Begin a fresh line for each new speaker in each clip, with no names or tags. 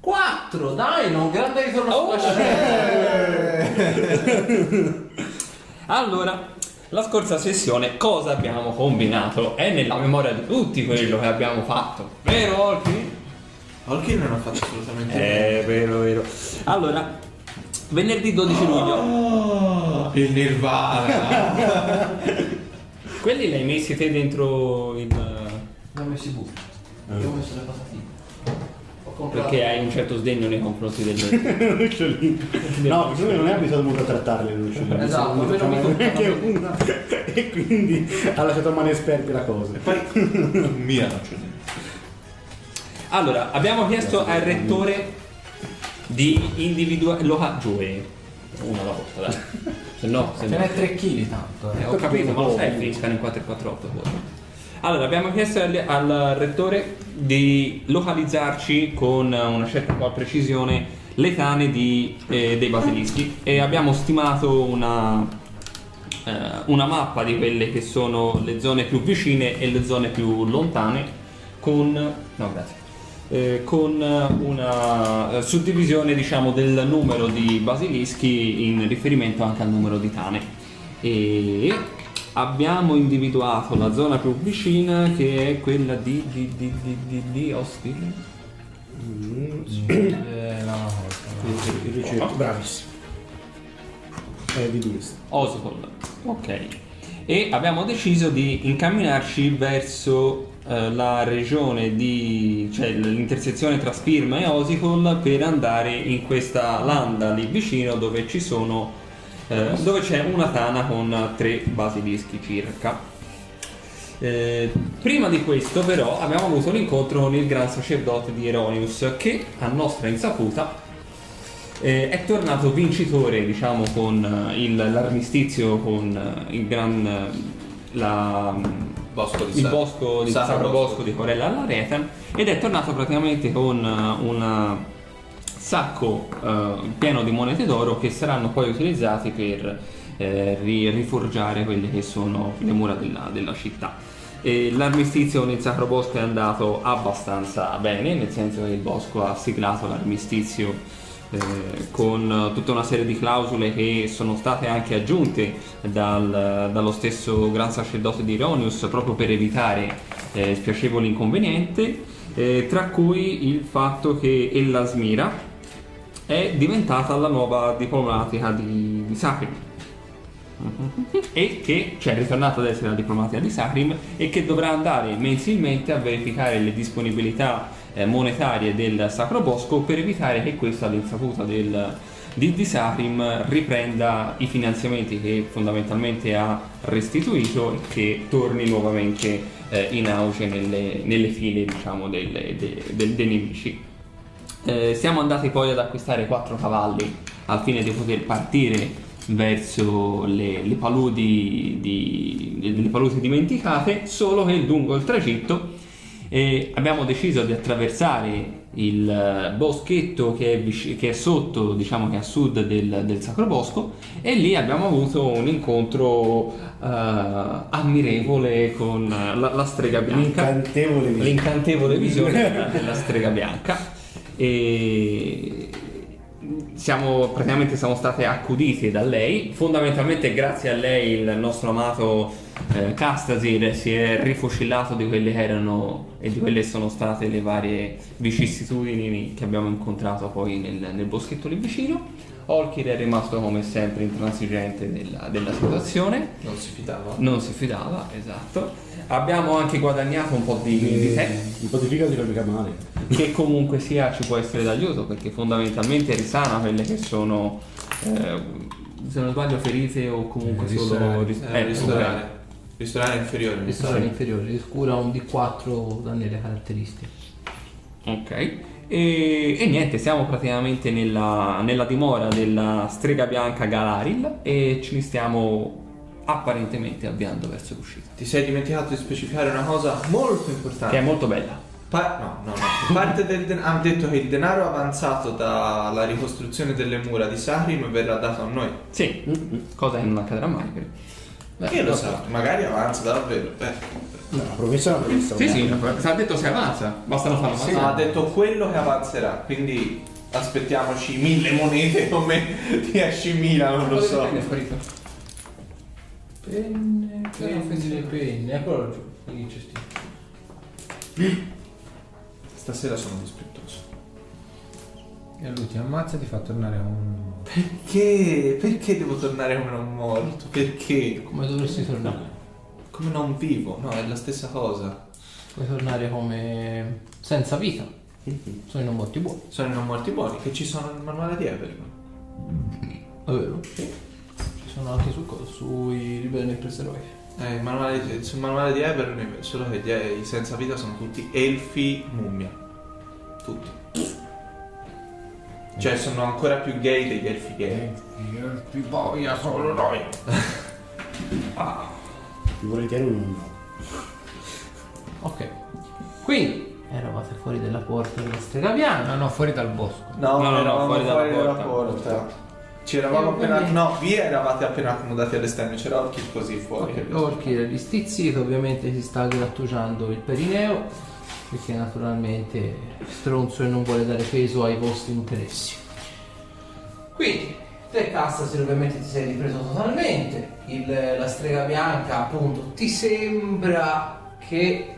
4, dai, non grande ritorno
Oh,
sulla scena.
Allora, la scorsa sessione cosa abbiamo combinato? È nella memoria di tutti quello che abbiamo fatto, vero Olfi?
Holkin non ha fatto assolutamente
È vero, vero. Allora, venerdì 12 luglio,
niente. Il Nirvana.
quelli li hai messi te dentro il...
Non mi si butta. Io
Eh.
ho messo le patatine. Ho comprato.
perché hai un certo sdegno nei confronti del...
L'ucciolino. No, perché lui non è abituato molto a trattarle le uccelline.
Esatto, a
Non
me non mi
facciamo
toccano.
neanche una. E quindi ha lasciato a mano esperti la cosa.
Mia non c'è niente.
Allora, abbiamo chiesto al rettore di individuare... Lo ha Joey, una alla volta, dai. Se no, se
Ce
no...
n'è 3 kg tanto.
Eh,
Eh.
ho capito, ma lo sai, finiscano in 448. forse. boh. Allora, abbiamo chiesto al, al rettore di localizzarci con una certa qual precisione le tane di, eh, dei basilischi e abbiamo stimato una, eh, una mappa di quelle che sono le zone più vicine e le zone più lontane con, no, grazie, eh, con una eh, suddivisione diciamo, del numero di basilischi in riferimento anche al numero di tane e abbiamo individuato la zona più vicina che è quella di di di di di, di Austin.
Mm,
Eh, no, no, no.
Il ricerco, bravissimo. È Eh, di Dunst.
Oswald. Ok. E abbiamo deciso di incamminarci verso eh, la regione di cioè l'intersezione tra Spirma e Osicol per andare in questa landa lì vicino dove ci sono eh, dove c'è una tana con tre basilischi circa. Eh, prima di questo però abbiamo avuto l'incontro con il gran sacerdote di Eronius che a nostra insaputa eh, è tornato vincitore, diciamo, con eh, il- l'armistizio con eh, il gran eh, la-
Bosco di
il
Sacro-
bosco di
Sacro
Sacro
Bosco.
Bosco di Corella alla Retan ed è tornato praticamente con eh, un sacco eh, pieno di monete d'oro che saranno poi utilizzati per eh, ri- riforgiare quelle che sono le mura della, della città. E l'armistizio con il Sacro Bosco è andato abbastanza bene, nel senso che il Bosco ha siglato l'armistizio eh, con eh, tutta una serie di clausole che sono state anche aggiunte dal- dallo stesso Gran Sacerdote di Ironius proprio per evitare eh, spiacevoli inconvenienti, eh, tra cui il fatto che Ellasmira è diventata la nuova diplomatica di, di Sacri e che cioè, è ritornata ad essere la diplomatica di Sacrim e che dovrà andare mensilmente a verificare le disponibilità eh, monetarie del Sacro Bosco per evitare che questa all'insaputa del, di, di Sacrim riprenda i finanziamenti che fondamentalmente ha restituito e che torni nuovamente eh, in auge nelle, nelle file diciamo, delle- de- del- dei nemici. Eh, siamo andati poi ad acquistare quattro cavalli al fine di poter partire verso le, le paludi di, le- le paludi dimenticate, solo che lungo il tragitto eh, abbiamo deciso di attraversare il eh, boschetto che è, vic- che è sotto, diciamo che è a sud del, del Sacro Bosco e lì abbiamo avuto un incontro eh, ammirevole con eh, la, la strega bianca
Incantevole di
l'incantevole visione della- della strega bianca e siamo praticamente siamo state accudite da lei fondamentalmente grazie a lei il nostro amato eh, Castasir si è rifocillato di quelle che erano e di quelle che sono state le varie vicissitudini che abbiamo incontrato poi nel, nel boschetto lì vicino Olkir è rimasto come sempre intransigente della- della situazione
Non si fidava.
non si fidava, esatto. Abbiamo anche guadagnato un po' di, di te,
Un po' Eh, di figa non si fa mica male.
che comunque sia ci può essere d'aiuto perché fondamentalmente risana quelle che sono, eh, se non sbaglio, ferite o comunque solo ris-
Eh,
eh,
ristorare. Ristorare inferiore. mi sa.
Questo è l'inferiore, cura un D4 danni alle caratteristiche.
Ok. E, e niente, siamo praticamente nella, nella dimora della strega bianca Galaril e ci stiamo apparentemente avviando verso l'uscita.
Ti sei dimenticato di specificare una cosa molto importante.
Che è molto bella.
Pa- no, no, no. Parte del denaro. Hanno detto che il denaro avanzato dalla ricostruzione delle mura di Sacrim verrà dato a noi.
Sì, cosa che non accadrà mai. perché-
Che lo sa? Magari avanza davvero. Beh,
No, la promessa è una promessa.
Sì, sì,
ovviamente.
si ha detto se avanza, bastano farlo
Sì,
avanzare.
ha detto quello che avanzerà, quindi aspettiamoci mille monete come 10.000, non lo so.
È sparito.
Penne, penne, penne. Ecco, Eccolo giù. Il cestino.
Stasera sono dispettoso.
E lui ti ammazza e ti fa tornare un...
Perché? Perché devo tornare come non morto? Perché?
Come
Ah.
dovresti tornare?
Come non vivo? No, è la stessa cosa.
Puoi tornare come... senza vita. Sono i non morti buoni.
Sono i non morti buoni che ci sono nel manuale di Everton.
È vero? Sì. Ci sono anche su, co- sui ribelli del preseroi.
Eh, il manuale, sul manuale di Everton è solo che gli- i senza vita sono tutti elfi mummia. Tutti. Cioè sono ancora più gay degli elfi gay.
Io ti voglio solo noi. Ti volentieri un no.
Ok. Quindi eravate fuori dalla porta della strega bianca.
No, no, fuori dal bosco.
No,
No, no, no,
eravamo
fuori
fuori,
dalla
dalla
porta.
porta. Ci eravamo
Eh,
appena.
quindi-
No, vi eravate appena accomodati all'esterno, c'era Orchid così fuori.
Ok, Orchid è distizzito, ovviamente si sta grattugiando il perineo perché naturalmente è stronzo e non vuole dare peso ai vostri interessi. Quindi, te Cassasi ovviamente ti sei ripreso totalmente, Il- la strega bianca appunto ti sembra che,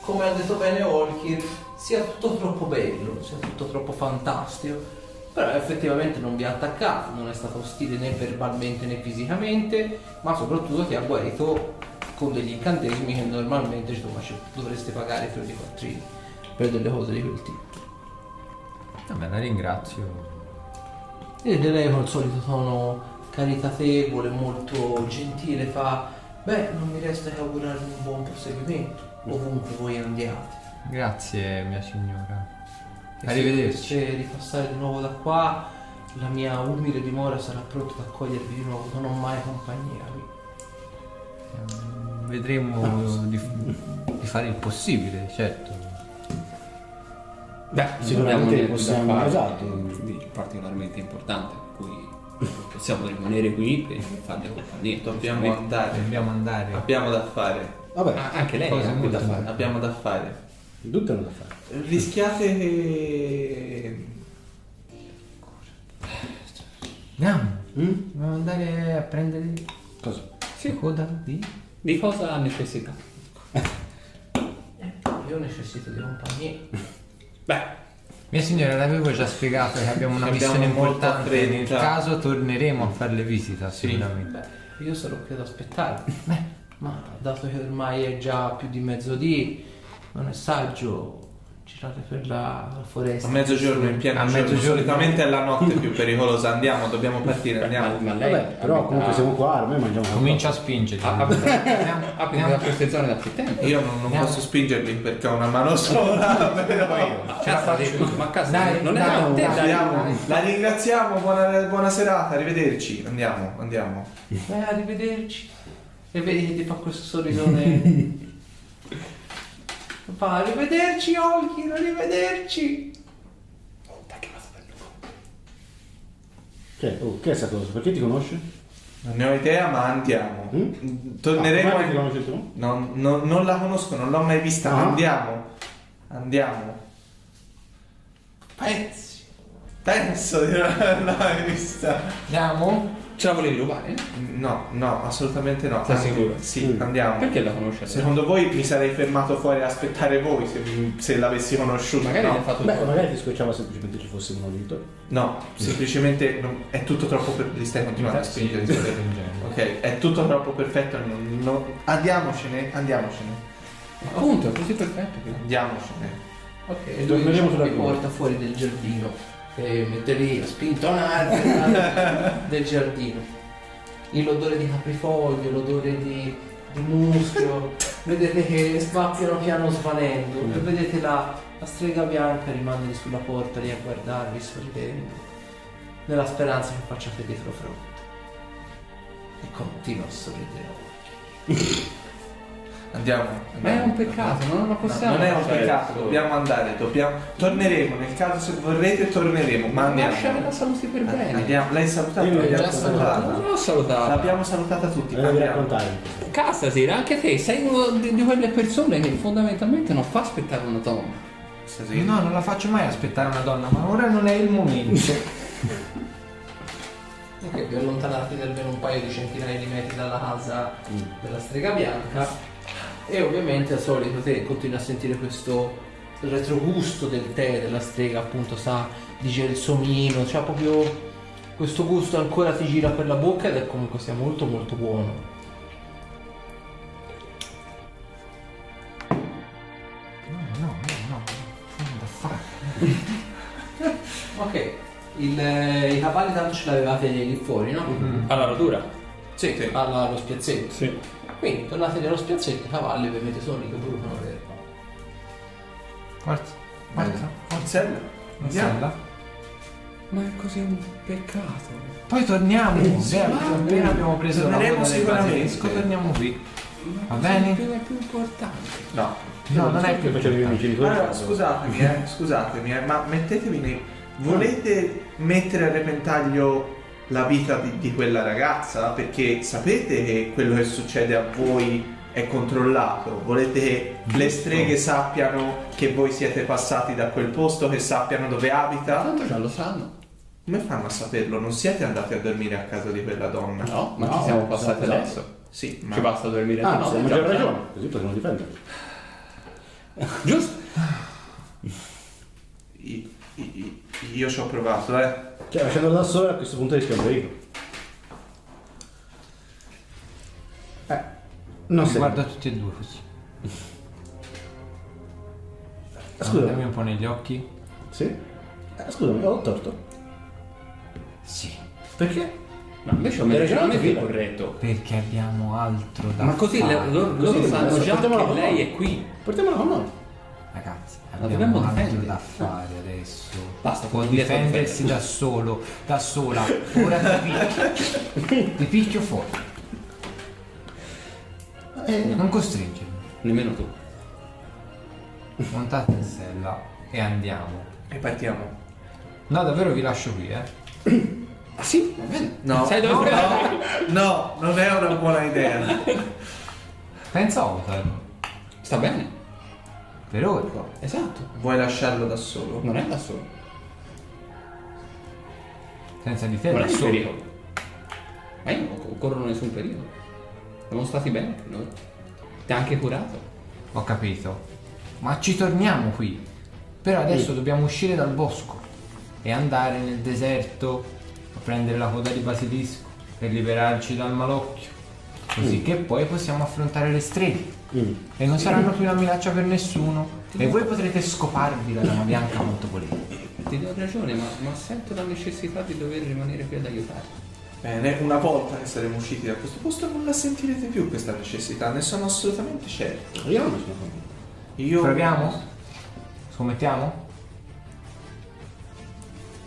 come ha detto bene Orchid, sia tutto troppo bello, sia tutto troppo fantastico. Però effettivamente non vi ha attaccato, non è stato ostile né verbalmente né fisicamente, ma soprattutto ti ha guarito con degli incantesimi che normalmente insomma, ci dovreste pagare più di quattrini per delle cose di quel tipo.
Vabbè, la ringrazio.
E lei col solito tono caritatevole, molto gentile, fa Beh, non mi resta che augurarvi un buon proseguimento, ovunque voi andiate.
Grazie, mia signora.
Eh
E
Arrivederci.
Se doveste ripassare di nuovo da qua, la mia umile dimora sarà pronta ad accogliervi di nuovo, non ho mai compagnia qui.
Ehm, Vedremo di, di fare il possibile, certo.
Beh,
Sicuramente
abbiamo
possiamo-
da fare
esatto.
di particolarmente importante, per cui possiamo rimanere qui per farne compagnia.
Dobbiamo
Ah,
andare.
Dobbiamo andare.
Abbiamo da fare.
Vabbè, Eh,
anche lei eh?
Cosa
ha qui da
molto-
fare.
Abbiamo da fare.
di tutto non da fare.
Rischiate eh, che.
Andiamo.
Mm?
Dobbiamo andare a prendere
Cosa?
la coda di...
Di cosa ha necessità?
Io necessito di compagnia.
Beh,
Mia signora, l'avevo già spiegato che abbiamo una
Che
missione
abbiamo molta
importante. Nel
fretta.
caso torneremo a fare le visite,
Sì.
sicuramente.
Beh, io sarò qui ad aspettare. Beh, ma dato che ormai è già più di mezzodì, non è saggio girare per la, la foresta.
A mezzogiorno in pieno
A
giorno,
mezzogiorno.
Solitamente è la notte più pericolosa. Andiamo, dobbiamo partire,
ma,
andiamo.
ma lei
Vabbè, però
abita-
comunque siamo qua, ormai mangiamo qualcosa.
Comincia a spingere.
Ah, vabbè.
Andiamo,
abita da
andiamo.
queste zone da più tempo.
Io non, non posso spingervi perché ho una mano sola, però.
Ma cazzo, Cioè, ma cazzo,
Dai,
non è
dai,
da te,
dai.
dai.
Andiamo. La ringraziamo, buona, buona serata, arrivederci. Andiamo, andiamo.
Beh, arrivederci. E vedi che ti fa questo sorrisone. Fa, arrivederci, Olkin, arrivederci.
Che, oh, che è sta cosa? Perché ti conosce?
Non ne ho idea, ma andiamo.
Mm?
Torneremo.
Ah, come ti conosci tu?
non, non- non la conosco, non l'ho mai vista. ma
Ah.
No.
Andiamo. Andiamo.
Pezzi.
Penso di non averla mai vista.
Andiamo.
Ce la volevi rubare?
No, no, assolutamente no.
Sei
Anche-
sicuro?
Sì,
Mm.
andiamo.
Perché la conosce?
Secondo voi mi sarei fermato fuori a aspettare voi se, se l'avessi conosciuta?
Magari le ha
no.
fatto
Beh,
un
magari ti scocciava semplicemente ci fosse un auditor.
No, semplicemente non- è tutto troppo per... Li stai continuando a spingere. ok, è tutto troppo perfetto. non- non- Andiamocene, andiamocene.
Appunto, è così perfetto. che-
Andiamocene.
Ok,
E
e lui
torneremo
diciamo,
sulla
vi
prima.
porta fuori del giardino e mette lì a spintonare del giardino. Il L'odore di caprifoglio, l'odore di, di muschio, vedete che sbattono piano svanendo e vedete la, la strega bianca rimane lì sulla porta lì a guardarvi sorridendo, nella speranza che facciate dietro fronte. E continua a sorridere.
Andiamo.
Ma è un peccato, ma non lo
No,
possiamo.
non è un
Certo.
lasciare.
peccato, dobbiamo andare, dobbiamo... torneremo, nel caso se vorrete torneremo, ma andiamo.
Lasciare la salute per bene.
Andiamo, l'hai salutata?
Io l'ho
L'abbiamo
già
Non
Ah,
salutata.
l'ho salutata.
L'abbiamo salutata tutti,
Me lo devi
andiamo.
raccontare.
Stasera anche te sei uno di, di quelle persone che fondamentalmente non fa aspettare una donna.
Stasera.
No, non la faccio mai aspettare una donna, ma ora non è il momento.
Ok, vi allontanate di almeno un paio di centinaia di metri dalla casa della strega bianca e ovviamente al solito te continui a sentire questo retrogusto del tè della strega, appunto sa di gelsomino, cioè proprio questo gusto ancora ti gira per la bocca ed è comunque sia molto molto buono. Ok, il, eh, i cavalli tanto ce l'avevate lì fuori, no?
Alla radura.
Mm-hmm. Sì,
Sì.
alla- allo spiazzetto.
Sì.
Quindi tornate nello spiazzetto, i cavalli ovviamente sono lì che brucano l'erba.
Forza,
Forza,
forza.
Marcello, andiamo.
Andiamo.
Ma è così un peccato.
Poi torniamo. Sì, appena abbiamo preso la
Torneremo
coda del
sicuramente.
basilisco, torniamo qui. Va
È
bene?
più, è più importante.
No.
No, non
Che
è più
facevi i miei
importante.
genitori?
Allora, scusatemi, eh, scusatemi, eh, ma mettetemi nei... Volete mettere a repentaglio la vita di, di quella ragazza? Perché sapete che quello che succede a voi è controllato. Volete che
Mm-hmm.
le streghe sappiano che voi siete passati da quel posto, che sappiano dove abita?
Ah, Tanto già lo sanno.
Come fanno a saperlo? Non siete andati a dormire a casa di quella donna?
No, ma
No,
ci siamo passati
esatto.
adesso.
Sì, ma...
Ci basta dormire
Ah,
notte,
no, ma
già
c'è
lo sanno.
ragione, così potremmo difenderli.
Giusto?
I- i- i- io ci ho provato, eh.
Cioè, lasciandola da sola a questo punto rischia un pericolo. Eh, non
Mi
sei.
guardo tutti e due così. Guardami
Scusami.
un po' negli occhi.
Sì? Eh, scusami, ho torto.
Sì.
Perché?
No, invece ho messo
Hai ragione,
ragionamento
Filippo.
corretto.
Perché abbiamo altro da
Ma così
fare.
le- loro,
Così,
loro sanno
adesso
già che
portiamola con
lei
noi.
è qui.
Portiamola con noi.
Ragazzi,
dobbiamo
abbiamo altro
difendere.
da fare adesso.
Basta,
può
indietro
difendersi da solo, da sola. Ora ti picchio. ti picchio fuori.
Eh,
Non costringermi.
Nemmeno tu.
Montate in sella e andiamo.
E partiamo.
No, davvero vi lascio qui, eh.
Ah sì, va bene.
No,
Sai dove
no,
andare?
no, non è una buona idea.
Pensa a Otar.
Sta bene.
Per ora.
Esatto.
Vuoi lasciarlo da solo?
Non è da solo.
Senza di te,
Non è
da
un
solo.
periodo. Ma io non occorrono nessun periodo. Siamo stati bene per noi. Ti ha anche curato.
Ho capito. Ma ci torniamo qui. Però adesso dobbiamo uscire dal bosco e andare nel deserto a prendere la coda di basilisco per liberarci dal malocchio. Così che poi possiamo affrontare le streghe.
mm.
E non saranno più una minaccia per nessuno. E voi potrete scoparvi la lama bianca quanto volete.
Ti do ragione, ma, ma sento la necessità di dover rimanere qui ad aiutare.
Bene, una volta che saremo usciti da questo posto non la sentirete più questa necessità, ne sono assolutamente certo.
Io non sono convinto.
Io...
Proviamo? Scommettiamo?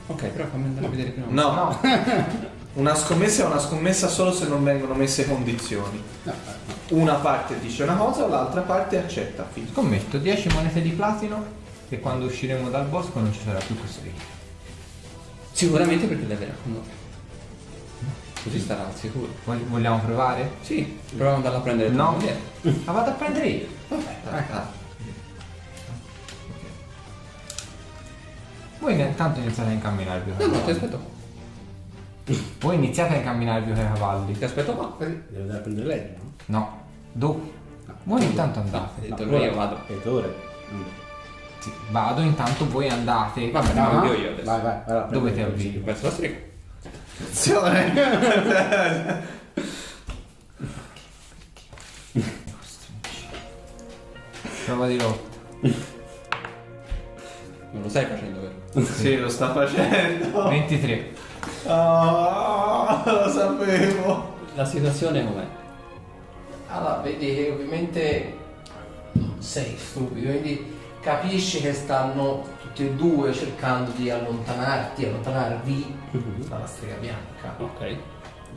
Ok, però fammi andare a vedere prima.
No,
No.
una scommessa è una scommessa solo se non vengono messe condizioni. Una parte dice una cosa, l'altra parte accetta. Fine.
Scommetto 10 monete di platino che quando usciremo dal bosco non ci sarà più questo rischio.
Sicuramente perché l'avrei raccontato. Così starà al sicuro.
Vog- Vogliamo provare?
Sì, proviamo ad andarla a prendere.
No.
prima. Via.
La vado a prendere io.
Ah,
Voi intanto iniziate a incamminarvi.
No, no, ti aspetto.
Voi iniziate a incamminarvi con i cavalli.
Ti aspetto qua.
Deve andare a prendere lei, no?
No, dopo. Voi intanto andate.
Hai detto
No,
no,
ora.
io vado.
E tu ora? Mm.
Sì, vado, intanto voi andate.
Vabbè,
No,
no,
no.
io io adesso.
Vai, vai, vai.
Dove ti
prendi.
avvii?
Verso la strega.
Attenzione!
Prova di lotta.
Non lo stai facendo vero?
sì, lo sta
Oh.
facendo.
23.
Ah, lo sapevo.
La situazione com'è?
Allora, vedi che ovviamente non sei stupido, quindi capisci che stanno tutti e due
Mhm.
cercando di allontanarti, allontanarvi dalla strega bianca.
Ok.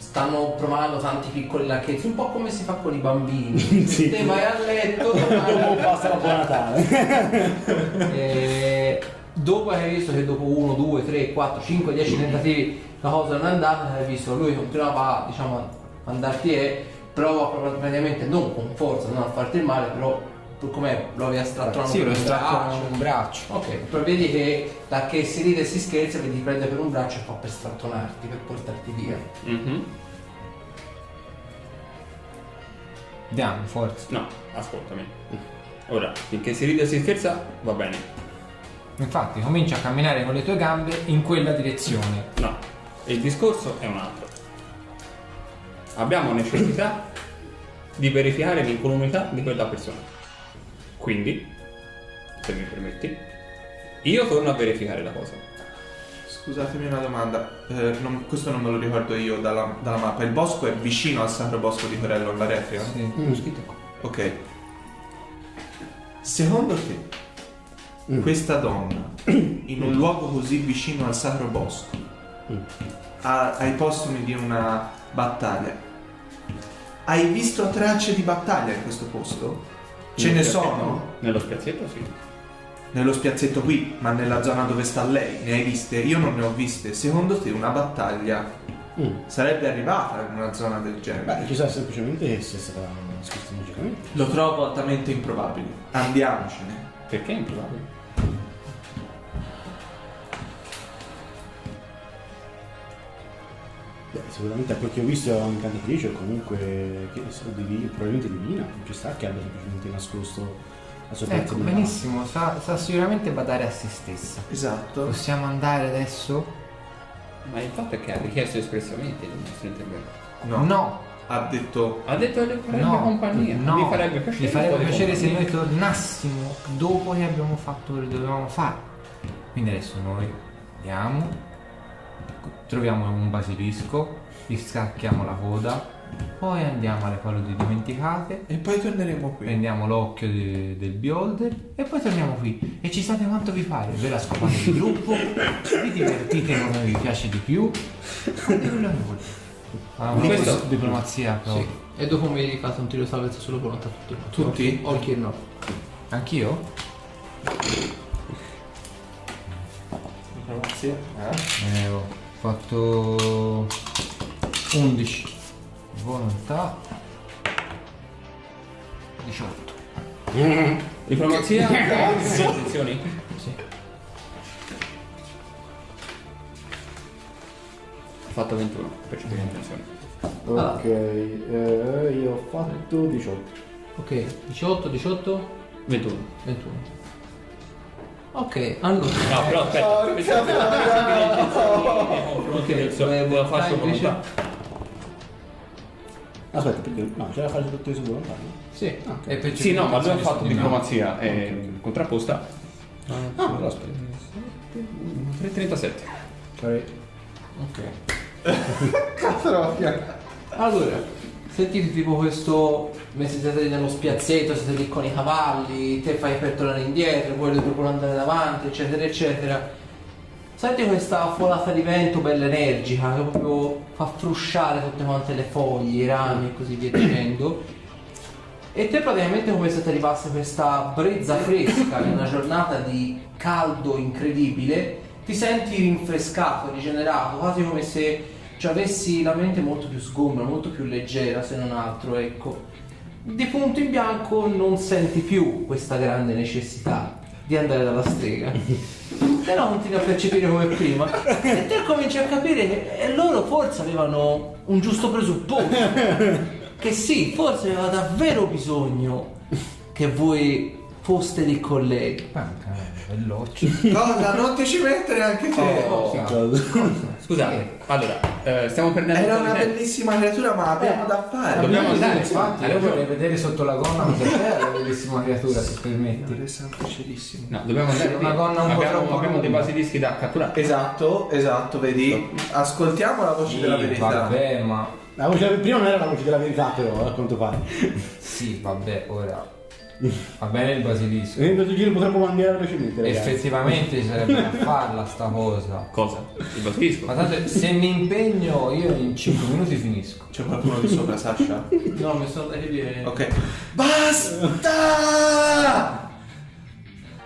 stanno provando tanti piccoli lacchezzi, un po' come si fa con i bambini.
Sì.
Te vai a letto,
Dopo
domani-
Oh, passa la buon Natale.
Eh, dopo che hai visto che dopo 1, 2, 3, 4, 5, 10 tentativi la cosa non è andata, hai visto lui continuava diciamo, a mandarti e prova proprio praticamente non con forza, non a farti il male, però tu com'è? Provi a strattare
Sì, lo strappano
braccio.
un braccio.
Ok, però vedi che da che si ride e si scherza, vedi ti prende per un braccio e fa per strattonarti, per portarti via.
Mhm.
Andiamo, forza.
No, ascoltami. Ora, finché si ride e si scherza, va bene.
Infatti, comincia a camminare con le tue gambe in quella direzione.
No, il discorso è un altro. Abbiamo necessità di verificare l'incolumità di quella persona. Quindi, se mi permetti, io torno a verificare la cosa.
Scusatemi una domanda, eh, non- questo non me lo ricordo io dalla, dalla mappa. Il bosco è vicino al Sacro Bosco di Corello all'Aretrio?
Sì.
Ecco,
Ok. Secondo te,
Mm.
questa donna, in un luogo così vicino al Sacro Bosco, a- ai postumi di una battaglia, hai visto tracce di battaglia in questo posto? Ce ne
Nello spiazzetto-
sono?
Nello spiazzetto sì.
Nello spiazzetto qui, ma nella zona dove sta lei, ne hai viste? Io non ne ho viste. Secondo te una battaglia
Mm.
sarebbe arrivata in una zona del genere?
Beh, chissà semplicemente che sia stata scritta magicamente.
Lo trovo altamente improbabile. Andiamocene.
Perché è improbabile?
Beh, sicuramente a quel che ho visto è un'incantatrice o comunque che ne so, divi- probabilmente divina. Non ci sta che abbia semplicemente nascosto la sua
Ecco,
personalità.
benissimo, sa, sa sicuramente badare a se stessa.
Esatto.
Possiamo andare adesso?
Ma il fatto è che ha richiesto espressamente il nostro intervento.
No.
No,
Ha detto
Ha detto che le farebbe
no,
compagnia.
no.
Mi farebbe piacere.
Mi farebbe
fare
piacere se
compagnia.
noi tornassimo dopo che abbiamo fatto quello che dovevamo fare. Quindi adesso noi andiamo, troviamo un basilisco, gli scacchiamo la coda, poi andiamo alle paludi dimenticate,
e poi torneremo qui.
prendiamo l'occhio de- del beholder e poi torniamo qui e ci state quanto vi pare ve la scopate di gruppo vi divertite come vi piace di più fate quello che volete ma
Questo-
questo è diplomazia proprio.
Sì. E dopo mi rifate un tiro di salvezza sulla volontà tutti quanti.
Tutti?
Orchi e no.
anch'io?
Grazie. Eh?
Eh, ho fatto 11 volontà 18
Diplomazia? Attenzioni.
sì.
Ha fatto 21 per cercare attenzione.
Ok,
eh, io ho fatto 18.
Ok, 18, 18,
21.
21. Ok, allora.
No, però aspetta. Pensavo che nei confronti del suo-
Beh,
della falsa
dai, invece-
volontà.
Aspetta, perché? No, c'era da fare tutto su volontà. no?
Sì,
ok.
è per
Sì, no, ma lui ha fatto
Di no.
diplomazia eh, contrapposta. Ah, allora aspetta. 337.
Fare
Ok.
Cazzo la mafia.
Allora, sentite tipo questo, mentre siete lì nello spiazzetto, siete lì con i cavalli, te fai per tornare indietro, voi dovete pure andare davanti, eccetera, eccetera. Senti questa folata di vento bella energica che proprio fa frusciare tutte quante le foglie, i rami e così via dicendo. E te praticamente come se ti arrivasse questa brezza fresca in una giornata di caldo incredibile, ti senti rinfrescato, rigenerato, quasi come se ci avessi la mente molto più sgombra, molto più leggera se non altro, ecco. Di punto in bianco non senti più questa grande necessità di andare dalla strega. Però continui a percepire come prima. E te cominci a capire che eh, loro forse avevano un giusto presupposto che sì, forse aveva davvero bisogno che voi foste dei colleghi.
manca eh, belloccio
Cosa? Non ti ci mettere anche te.
Oh,
Ah.
Scusate, allora, eh, stiamo perdendo
Era
un po'
una
di tempo.
bellissima creatura, ma abbiamo da fare.
Dobbiamo
Eh,
andare,
infatti
hai
io
ragione.
vorrei vedere sotto la gonna cosa c'è la bellissima creatura se permetti
Signore santo celissimo.
No, dobbiamo andare.
Una gonna un po'
abbiamo,
troppo
abbiamo dei
lunga.
basilischi da catturare.
Esatto, esatto, vedi? Ascoltiamo la voce
Sì,
della verità.
vabbè ma
La voce della- prima non era la voce della verità però, a quanto pare.
sì vabbè ora Va bene il basilisco.
E questo giro potremmo mandare velocemente, ragazzi.
Effettivamente ci sarebbe da farla sta cosa.
Cosa? Il basilisco?
Ma tanto se mi impegno io in 5 minuti finisco.
C'è qualcuno di sopra, Sasha?
No, mi sono andati bene.
Ok. Basta!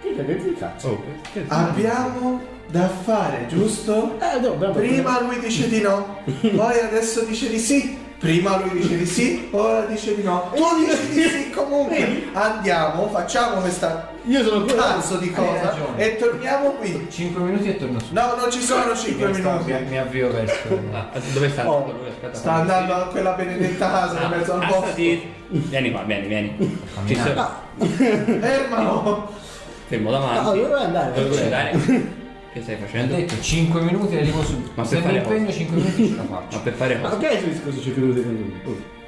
Che che- che cazzo?
Oh,
Che-
Abbiamo da fare, giusto?
Eh, no, bravo.
Prima lui dice di no, poi adesso dice di sì. Prima lui dice di sì, ora dice di no. Tu dici di sì comunque. Andiamo, facciamo questa
Io sono qua.
Ah,
cazzo di
Hai
cosa
ragione.
e torniamo qui.
5 minuti e torno su.
No, non ci sono 5
Mi sto-
minuti.
Mi, mi avvio verso.
Ah, dove Ah, sta
Oh,
andando lui? Aspetta.
Sta andando a quella benedetta casa in mezzo al bosco.
Astati. Vieni qua, vieni, vieni. Ci
Camminare.
sono.
Fermalo.
Fermo
Ah,
davanti.
dove vuoi andare?
Dove vuoi andare? Che stai
Ho
facendo?
detto 5 minuti e arrivo su.
Ma
se
per
mi
fare
impegno 5 minuti ce la
Ma
faccio.
per fare
Ah,
cosa?
ok, su discorso ci credo di lui. Oh.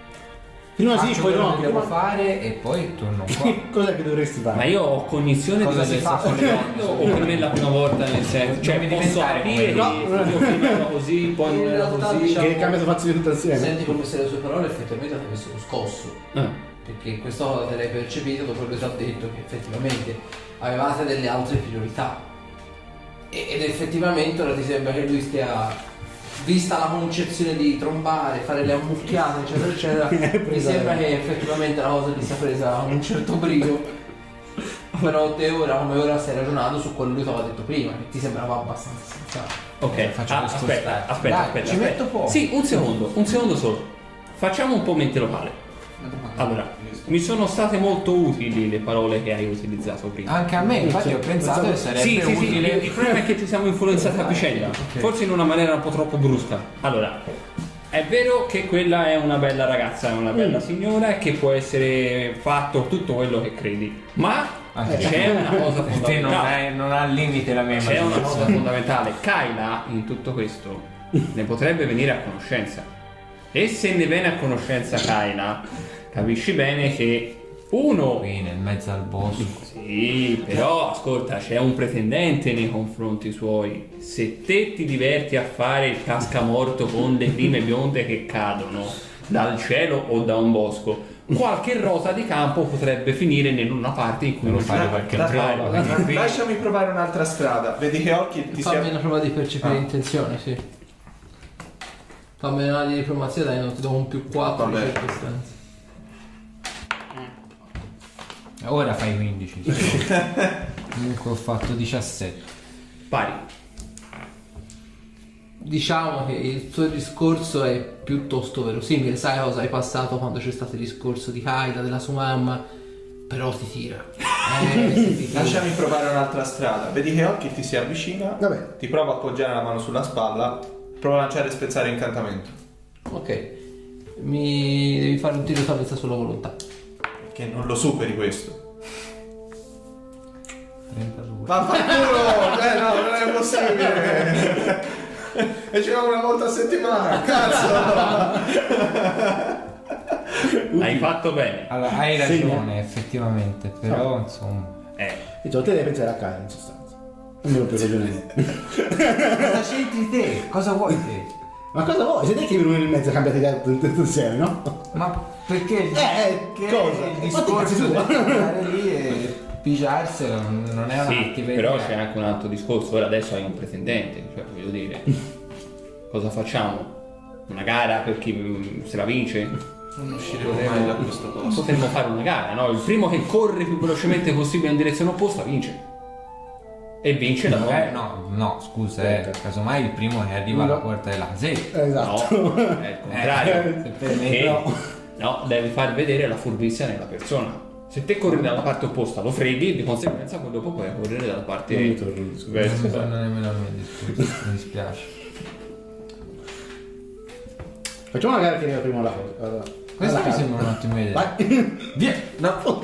Prima sì,
Faccio
poi
quello
no.
che devo
prima-
fare e poi torno qua.
Che Cos'è che dovresti fare?
Ma io ho cognizione
Cosa
di
si
cosa
fa
sto
con le
facendo
donne?
o per me è la prima volta nel senso,
Non
cioè
mi
posso
diventare
aprire
come
e io prima ero così, poi non
In
era
realtà,
così.
diciamo-
Che cambia la faccia di tutto insieme.
Senti come se le sue parole effettivamente avessero scosso.
Eh,
Perché questa cosa te l'hai percepita dopo che ho già detto che effettivamente avevate delle altre priorità. E- ed effettivamente ora ti sembra che lui stia. Vista la concezione di trombare, fare le ammucchiate, eccetera, eccetera, mi
presa-
sembra che effettivamente la cosa ti sia presa con un certo brigo. Però te ora come ora stai ragionando su quello che lui ti aveva detto prima, che ti sembrava abbastanza sensato.
Ok,
Faccio
ah,
questo
aspetta,
stacco.
aspetta,
Dai,
aspetta.
ci
aspetta.
metto poco.
Sì, un secondo, un secondo solo. Facciamo un po' mente locale. Allora, mi sono state molto utili le parole che hai utilizzato prima.
Anche a me, infatti, ho pensato che Ah, sarebbe
Sì, sì, sì,
utile.
il problema è che ci siamo influenzati a vicenda, forse in una maniera un po' troppo brusca. Allora, è vero che quella è una bella ragazza, è una
Mm.
bella signora e che può essere fatto tutto quello che credi, ma
Anche
c'è una cosa
Per te Ah, non,
fondamentale.
è- non ha limite la mia
C'è una cosa
immaginazione.
fondamentale. Kyla in tutto questo ne potrebbe venire a conoscenza. E se ne viene a conoscenza Kyla, capisci bene che uno
Qui nel mezzo al bosco.
sì, però ascolta, c'è un pretendente nei confronti suoi. Se te ti diverti a fare il cascamorto con le prime bionde che cadono dal cielo o da un bosco, qualche rosa di campo potrebbe finire in una parte in cui
Devo
non
fare
c'è
qualche
la-
prova,
la-
quindi.
la- la-
Lasciami provare un'altra strada. Vedi che occhi ti
Fammi
sia.
una prova di percepire
Ah.
intenzione, sì. Fammi una di diplomazia, dai, non ti do un più 4 di
Vabbè.
circostanza.
Ora fai 15. sì. Comunque ho fatto 17.
Pari.
Diciamo che il tuo discorso è piuttosto verosimile, sai cosa hai passato quando c'è stato il discorso di Kaida, della sua mamma, però ti tira. Eh, sì, ti tira.
Lasciami provare un'altra strada. Vedi che occhi ti si avvicina.
Vabbè.
Ti prova a appoggiare la mano sulla spalla. Prova a lanciare e spezzare incantamento.
Ok, mi devi fare un tiro di salvezza sulla volontà.
Che non lo superi questo.
32.
Vaffanculo! eh no, non è possibile. e ci va una volta a settimana. Cazzo!
Hai fatto bene.
Allora, hai
Sì.
ragione, effettivamente, però insomma.
Eh,
Diciamo, te devi pensare a Kyle in sostanza. Almeno per ragionare.
Cosa c'entri te? Cosa vuoi te?
Ma cosa vuoi? Siete che venuto nel mezzo cambiate idea tutto tutto insieme, no?
Ma perché
Eh,
che
cosa?
il
Infatti, cazzi
discorso di
tua.
andare lì e pigiarsela non non è una
sì,
cattiveria.
però c'è anche un altro discorso. Ora adesso hai un pretendente, cioè voglio dire, cosa facciamo? Una gara per chi mm, se la vince?
Non usciremo mai da questo posto.
Potremmo fare una gara, no? Il primo che corre più velocemente possibile in direzione opposta vince. E vince la
Magari-
donna.
Eh, no, no, scusa, eh, casomai il primo che arriva alla
No.
porta della casetta.
Esatto.
No, è il contrario.
Eh, se per me
Perché-
no.
no, devi far vedere la furbizia nella persona. Se te corri dalla parte opposta lo freghi, di conseguenza poi dopo puoi correre dalla parte...
Non mi torno il discorso.
Beh,
non mi
scusa.
torna nemmeno a me, scusa, mi dispiace.
Facciamo una gara che arriva prima la cosa. Allora,
Questo
alla
mi
gara.
sembra un'ottima idea.
Vai.
Via!
No.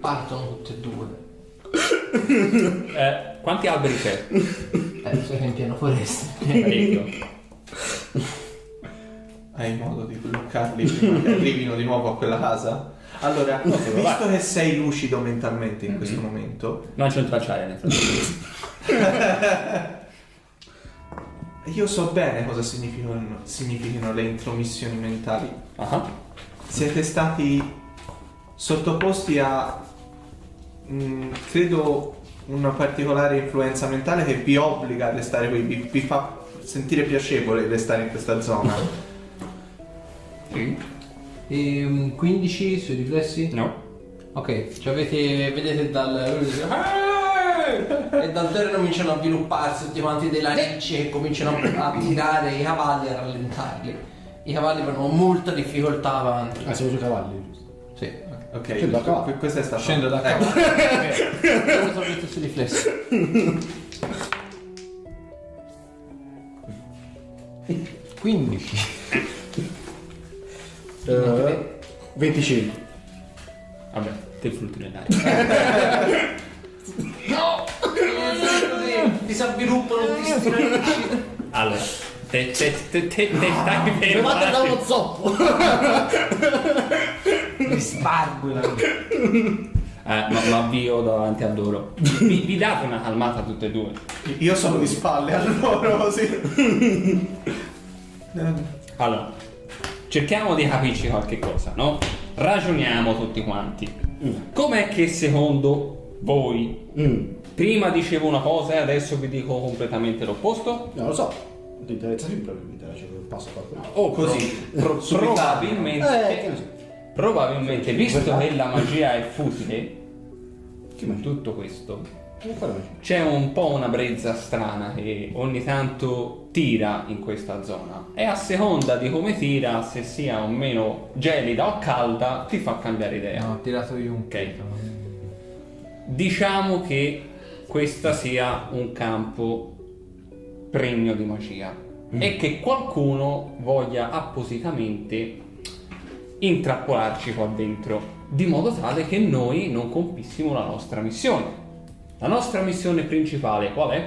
Partono tutte e due.
Eh, quanti alberi c'è?
Penso che Eh, in pieno foresta.
Parecchio.
Hai modo di bloccarli prima che arrivino di nuovo a quella casa? Allora, visto che sei lucido mentalmente in questo momento,
Non c'è un tracciare nel frattempo.
io so bene cosa significano, significano le intromissioni mentali.
Ah,
Siete stati sottoposti a mh, credo una particolare influenza mentale che vi obbliga a restare qui, vi, vi fa sentire piacevole restare in questa zona.
Sì.
Ehm, 15 sui riflessi?
No.
Ok, cioè avete, vedete dal... lui dice, "Ah!" e dal terreno cominciano a svilupparsi tutti quanti dei lanicci che cominciano a a tirare i cavalli a rallentarli. I cavalli avevano molta difficoltà avanti.
Ah, siamo sui cavalli, giusto?
Sì,
Ok,
Scendo da cavallo.
questa è stata
Scendo da
ecco.
cavallo.
ok. Sono sui riflessi.
Quindi,
Eh, 25.
Vabbè, te frutti nell'aria.
Così, Ti si avviluppano tutti questi lanicci.
Allora, te, te, te, te, te stai
Levate
fermando.
Ah. dallo zoppo!
mi sbargola.
Eh, ma, ma vi ho davanti a loro. Vi, vi date una calmata a tutte e due.
Io sono di spalle a loro così.
Allora, cerchiamo di capirci qualche cosa, no? Ragioniamo tutti quanti. Com'è che secondo voi
Mm.
prima dicevo una cosa e adesso vi dico completamente l'opposto?
Non lo so. Non ti interessa più probabilmente la cena del passo a qualcun altro.
O
Così,
pro-
subitano.
probabilmente,
Oh, Eh, che ne so.
probabilmente, visto
Guarda.
che la magia è futile
Che
in
magia?
tutto questo,
Che fai la magia?
C'è un po' una brezza strana che ogni tanto tira in questa zona e a seconda di come tira, se sia o meno gelida o calda, ti fa cambiare idea.
No, Eh, ho tirato io un
Ok.
po'.
Diciamo che questa sia un campo pregno di magia
Mm.
e che qualcuno voglia appositamente intrappolarci qua dentro, di modo tale che noi non compissimo la nostra missione. La nostra missione principale qual è?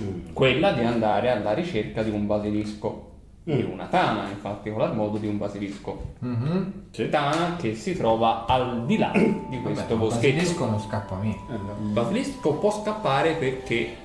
Mm.
quella di andare alla ricerca di un basilisco, di
Mm.
una tana in particolar modo di un basilisco.
Mhm.
Sì.
Tana che si trova al di là di questo
Vabbè,
boschetto.
Basilisco non scappa a me.
Eh, no.
Il basilisco può scappare perché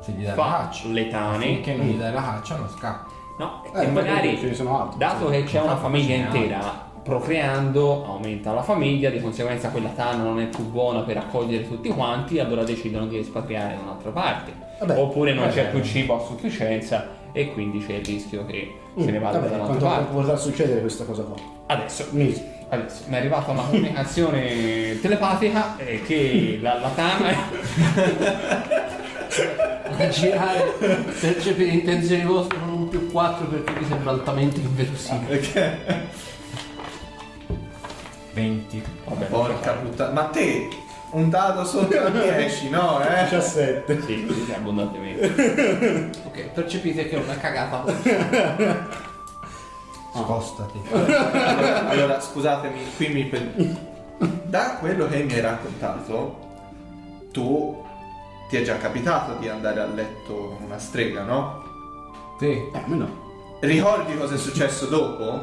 Se gli dai la
fa
caccia.
le tane.
Finché non gli dai la caccia non scappa.
No,
Eh,
e
ma
magari
ce ne sono altri,
dato
sì.
che c'è una
Infatti,
famiglia
ce n'è
intera procreando, aumenta la famiglia, di conseguenza quella tana non è più buona per accogliere tutti quanti, allora decidono di espatriare da un'altra parte.
Vabbè, eh,
Oppure non c'è
vabbè.
più cibo a sufficienza e quindi c'è il rischio che se ne
Mm,
vada
vabbè,
da un'altra
quanto può
parte. Eh.
potrà succedere questa cosa qua?
Adesso,
Misi.
adesso mi è arrivata una comunicazione telepatica eh, che la, la tana
a girare percepire intenzioni vostre con un più 4 perché mi sembra altamente inverosimile.
Perché?
20.
Vabbè,
Porca puttana. Ma te un dado sotto a 10, no, eh?
17.
Sì, sì, abbondantemente.
Ok, percepite che è una cagata.
Ah. Scostati.
Allora, allora, scusatemi, qui mi per- Da quello che mi hai raccontato, tu ti è già capitato di andare a letto con una strega, no?
Sì.
Eh, a me no.
Ricordi cosa è successo dopo?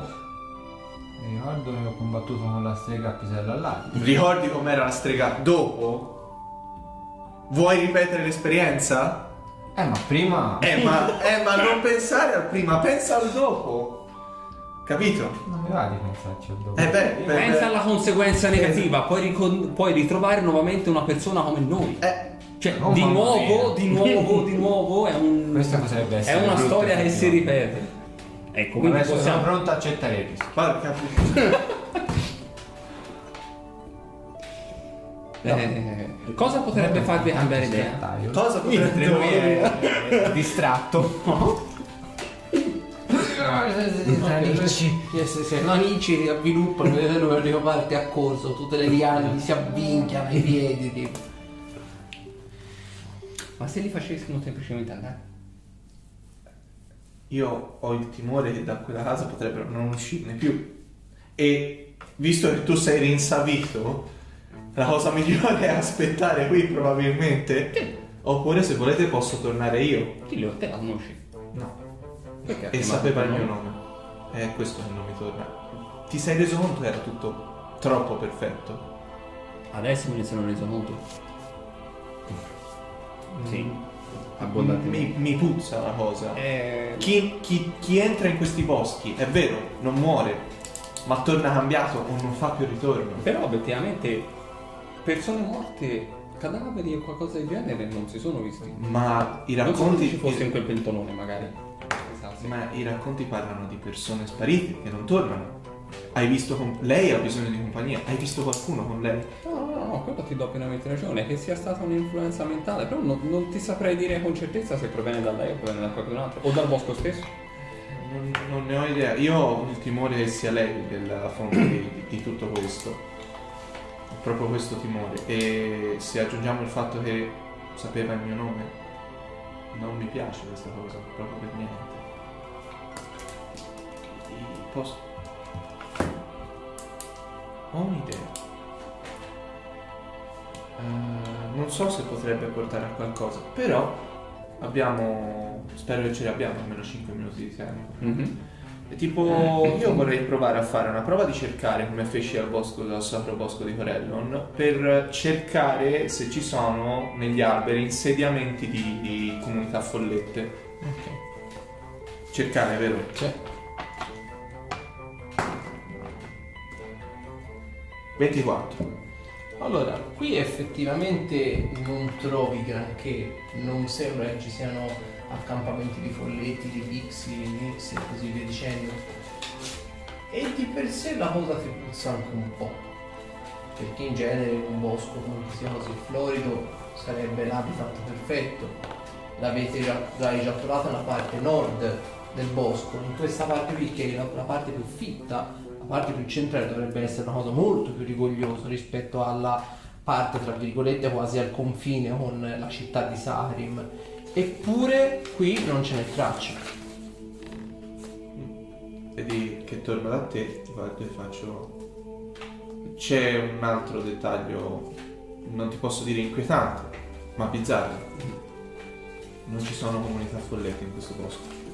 Mi ricordo che ho combattuto con la strega a pisella all'altro.
Ricordi com'era la strega dopo? Vuoi ripetere l'esperienza?
Eh, ma prima.
Eh ma, eh, ma non pensare al prima, pensa al dopo. Capito?
Non mi va di pensarci al dopo.
Eh beh, beh,
Pensa
beh.
alla conseguenza negativa, puoi, ricon- puoi ritrovare nuovamente una persona come noi.
Eh,
Cioè,
Oh,
di
mamma
nuovo,
mia.
di nuovo, di nuovo, è, un-
Questa potrebbe
è
essere.
una
brutta,
storia che si
effettivamente.
ripete. Ecco, quindi
Adesso
possiamo...
sono pronto a accettare il rischio.
porca puttana.
Eh, cosa potrebbe farvi cambiare idea?
Accettaio.
Cosa potrebbe
Lui è distratto. Amici.
Sì, sì, sì. No, lì ci avviluppano, vedete lui arriva parte a corso, tutte le liane gli si avvinchiano ai piedi. Tipo.
Ma se li facessimo semplicemente andare?
Io ho il timore che da quella casa potrebbero non uscirne più. E visto che tu sei rinsavito, la cosa migliore è aspettare qui probabilmente. Oppure se volete posso tornare io.
Chi lo te la conosci?
No.
Perché ha
E
chiamato
sapeva il
noi?
mio nome. È questo che non mi torna. Ti sei reso conto che era tutto troppo perfetto?
Adesso me ne sono reso conto. Sì,
Mi,
abbondantemente.
mi puzza la cosa.
Eh,
Chi, chi- chi entra in questi boschi, è vero, non muore. ma torna cambiato o non fa più ritorno.
Però obiettivamente persone morte, cadaveri o qualcosa del genere non si sono visti.
Ma i
Non so se ci
racconti,
fosse in quel pentolone magari. Esatto.
ma i racconti parlano di persone sparite che non tornano. Hai visto com- lei ha bisogno di compagnia, hai visto qualcuno con lei?
No, no, no, no, quello ti do pienamente ragione, che sia stata un'influenza mentale, però non, non ti saprei dire con certezza se proviene da lei o proviene da qualcun altro, o dal bosco stesso.
Non, non ne ho idea. Io ho il timore che sia lei della fonte di, di tutto questo. Ho proprio questo timore. E se aggiungiamo il fatto che sapeva il mio nome, non mi piace questa cosa, proprio per niente. Quindi Posso... Ho un'idea. Eh, non so se potrebbe portare a qualcosa, però abbiamo... Spero che ce l'abbiamo almeno 5 minuti di tempo. E Tipo, io vorrei provare a fare una prova di cercare, come feci al bosco, al sacro bosco di Corellon, per cercare se ci sono negli alberi insediamenti di, di comunità follette.
Ok.
Cercare, vero?
Cioè,
24.
Allora, qui effettivamente non trovi granché, non sembra che ci siano accampamenti di folletti, di pixie, di nix e così via dicendo. E di per sé la cosa ti puzza anche un po', perché in genere un bosco comunque sia così florido sarebbe l'habitat perfetto. L'avete già, l'hai già trovata la parte nord del bosco, in questa parte qui che è la- la parte più fitta la parte più centrale dovrebbe essere una cosa molto più rigogliosa rispetto alla parte, tra virgolette, quasi al confine con la città di Sarim. Eppure qui non ce n'è traccia.
Vedi che torno da te, ti guardo e faccio... C'è un altro dettaglio, non ti posso dire inquietante, ma bizzarro. Non ci sono comunità follette in questo bosco.